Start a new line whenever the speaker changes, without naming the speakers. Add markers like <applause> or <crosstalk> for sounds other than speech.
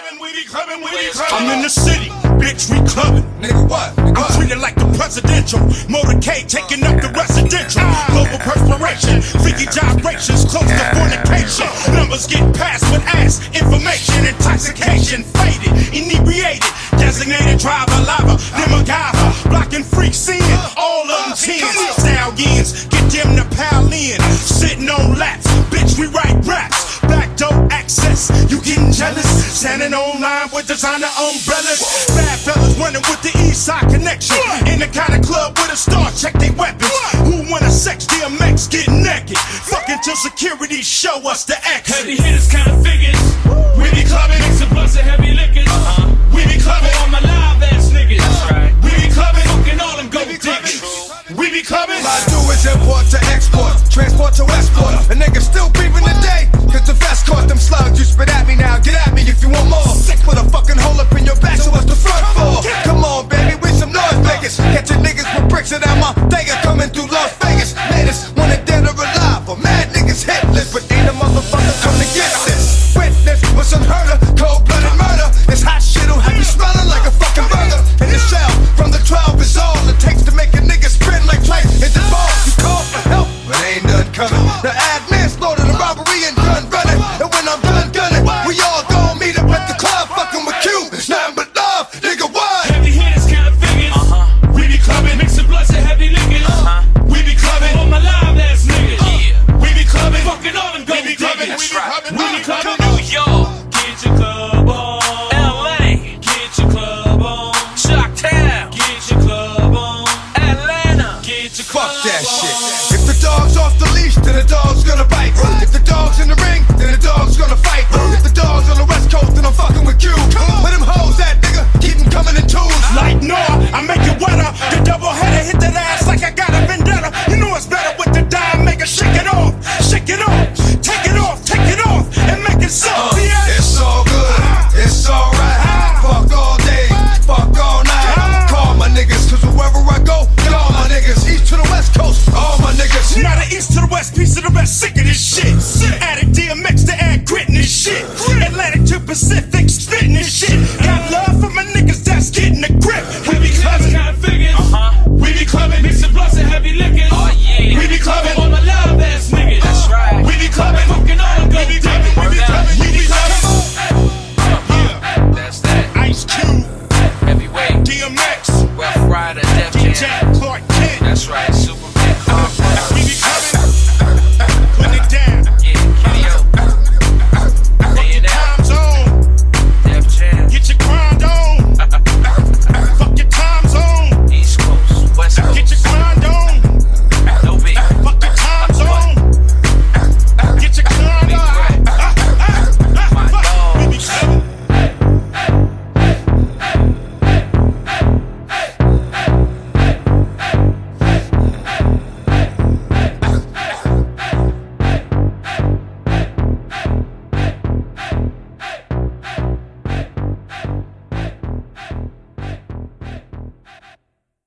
clubbing when you clubbing. I'm in the city, bitch, we clubbing.
Nigga, what? Nigga,
I'm
what?
treated like the presidential. Motorcade taking up the residential. Global perspiration, freaky gyrations, close to fornication. Numbers get passed with ass information, intoxication, faded, inebriated. Designated driver, lava, then MacGyver, blocking freak sin. All of them tens, stallions, get them to pal in. Sitting on laps, bitch, we write raps. Black dope access, you getting jealous? Standing online with designer umbrellas. Bad fellas running with the east side connection. In the kind of club with a star, check they weapons. Who wanna sex DMX getting naked? Fucking till security show us the
Heavy
action.
hitters, kind of figures.
We be clubbing,
Mix a plus of heavy liquors.
we be
Cover
clubbing,
all my live ass niggas. That's right.
we be clubbing,
Fucking all them gold
we be
diggers.
clubbing, we be clubbing.
All I do is import to export, transport to export. A nigga still beeping today, cause the vest caught them slugs. You spit at me now, get at me if you want more. Sick with a fucking hole up in your back, so what's the front for? Come on, baby, with some noise makers. Catch your niggas with bricks and I'm a digger coming through Las Vegas. Natives wanna dead or alive, or mad niggas headless, but ain't a motherfucker come to get this. Witness was unheard of, cold blooded murder. This hot shit'll have you smelling like a fucking burger. In the cell, from the 12 is all it takes to make a nigga spin like plates in the ball. You call for help, but ain't none coming. The ad manslaughter, the robbery, and gun running. And when I'm done gunning, we all gon' meet up at the club, fucking with you. It's nothing but love, nigga, what?
Heavy hitters, kind of figures.
We be clubbing,
Mix a plus of heavy liquors.
we be
Cover
clubbing,
all my live ass niggas.
we be clubbing,
Fucking all them gold
we be clubbing, we be
diggers.
clubbing,
We
we
be
be
clubbing
clubbing.
New York. Get your club on.
LA,
Get your club on.
Shocktown,
Get your club on.
Atlanta,
Get your club
Fuck that
on.
shit. If the dog's off the leash, then the dog's gonna bite. If the dog's in the ring, then the dog's gonna fight. If the dog's on the west coast, then I'm fucking with you. Where them hoes at, nigga? Keep 'em coming in twos.
Like Nora, I make it wetter. The double header hit that ass like I got a vendetta. You know it's better with the dime, make it shake it off, shake it off, take it off, take it off, and make it soft. Yeah.
It's all good, it's alright. Fuck all day, fuck all night. Call my niggas, cause wherever I go, get all my niggas. East to the west coast, all my niggas.
Now the east to the west, piece of the rest, sick of this shit. Addict DMX to add grit in this shit. Atlantic to Pacific, <laughs> <laughs>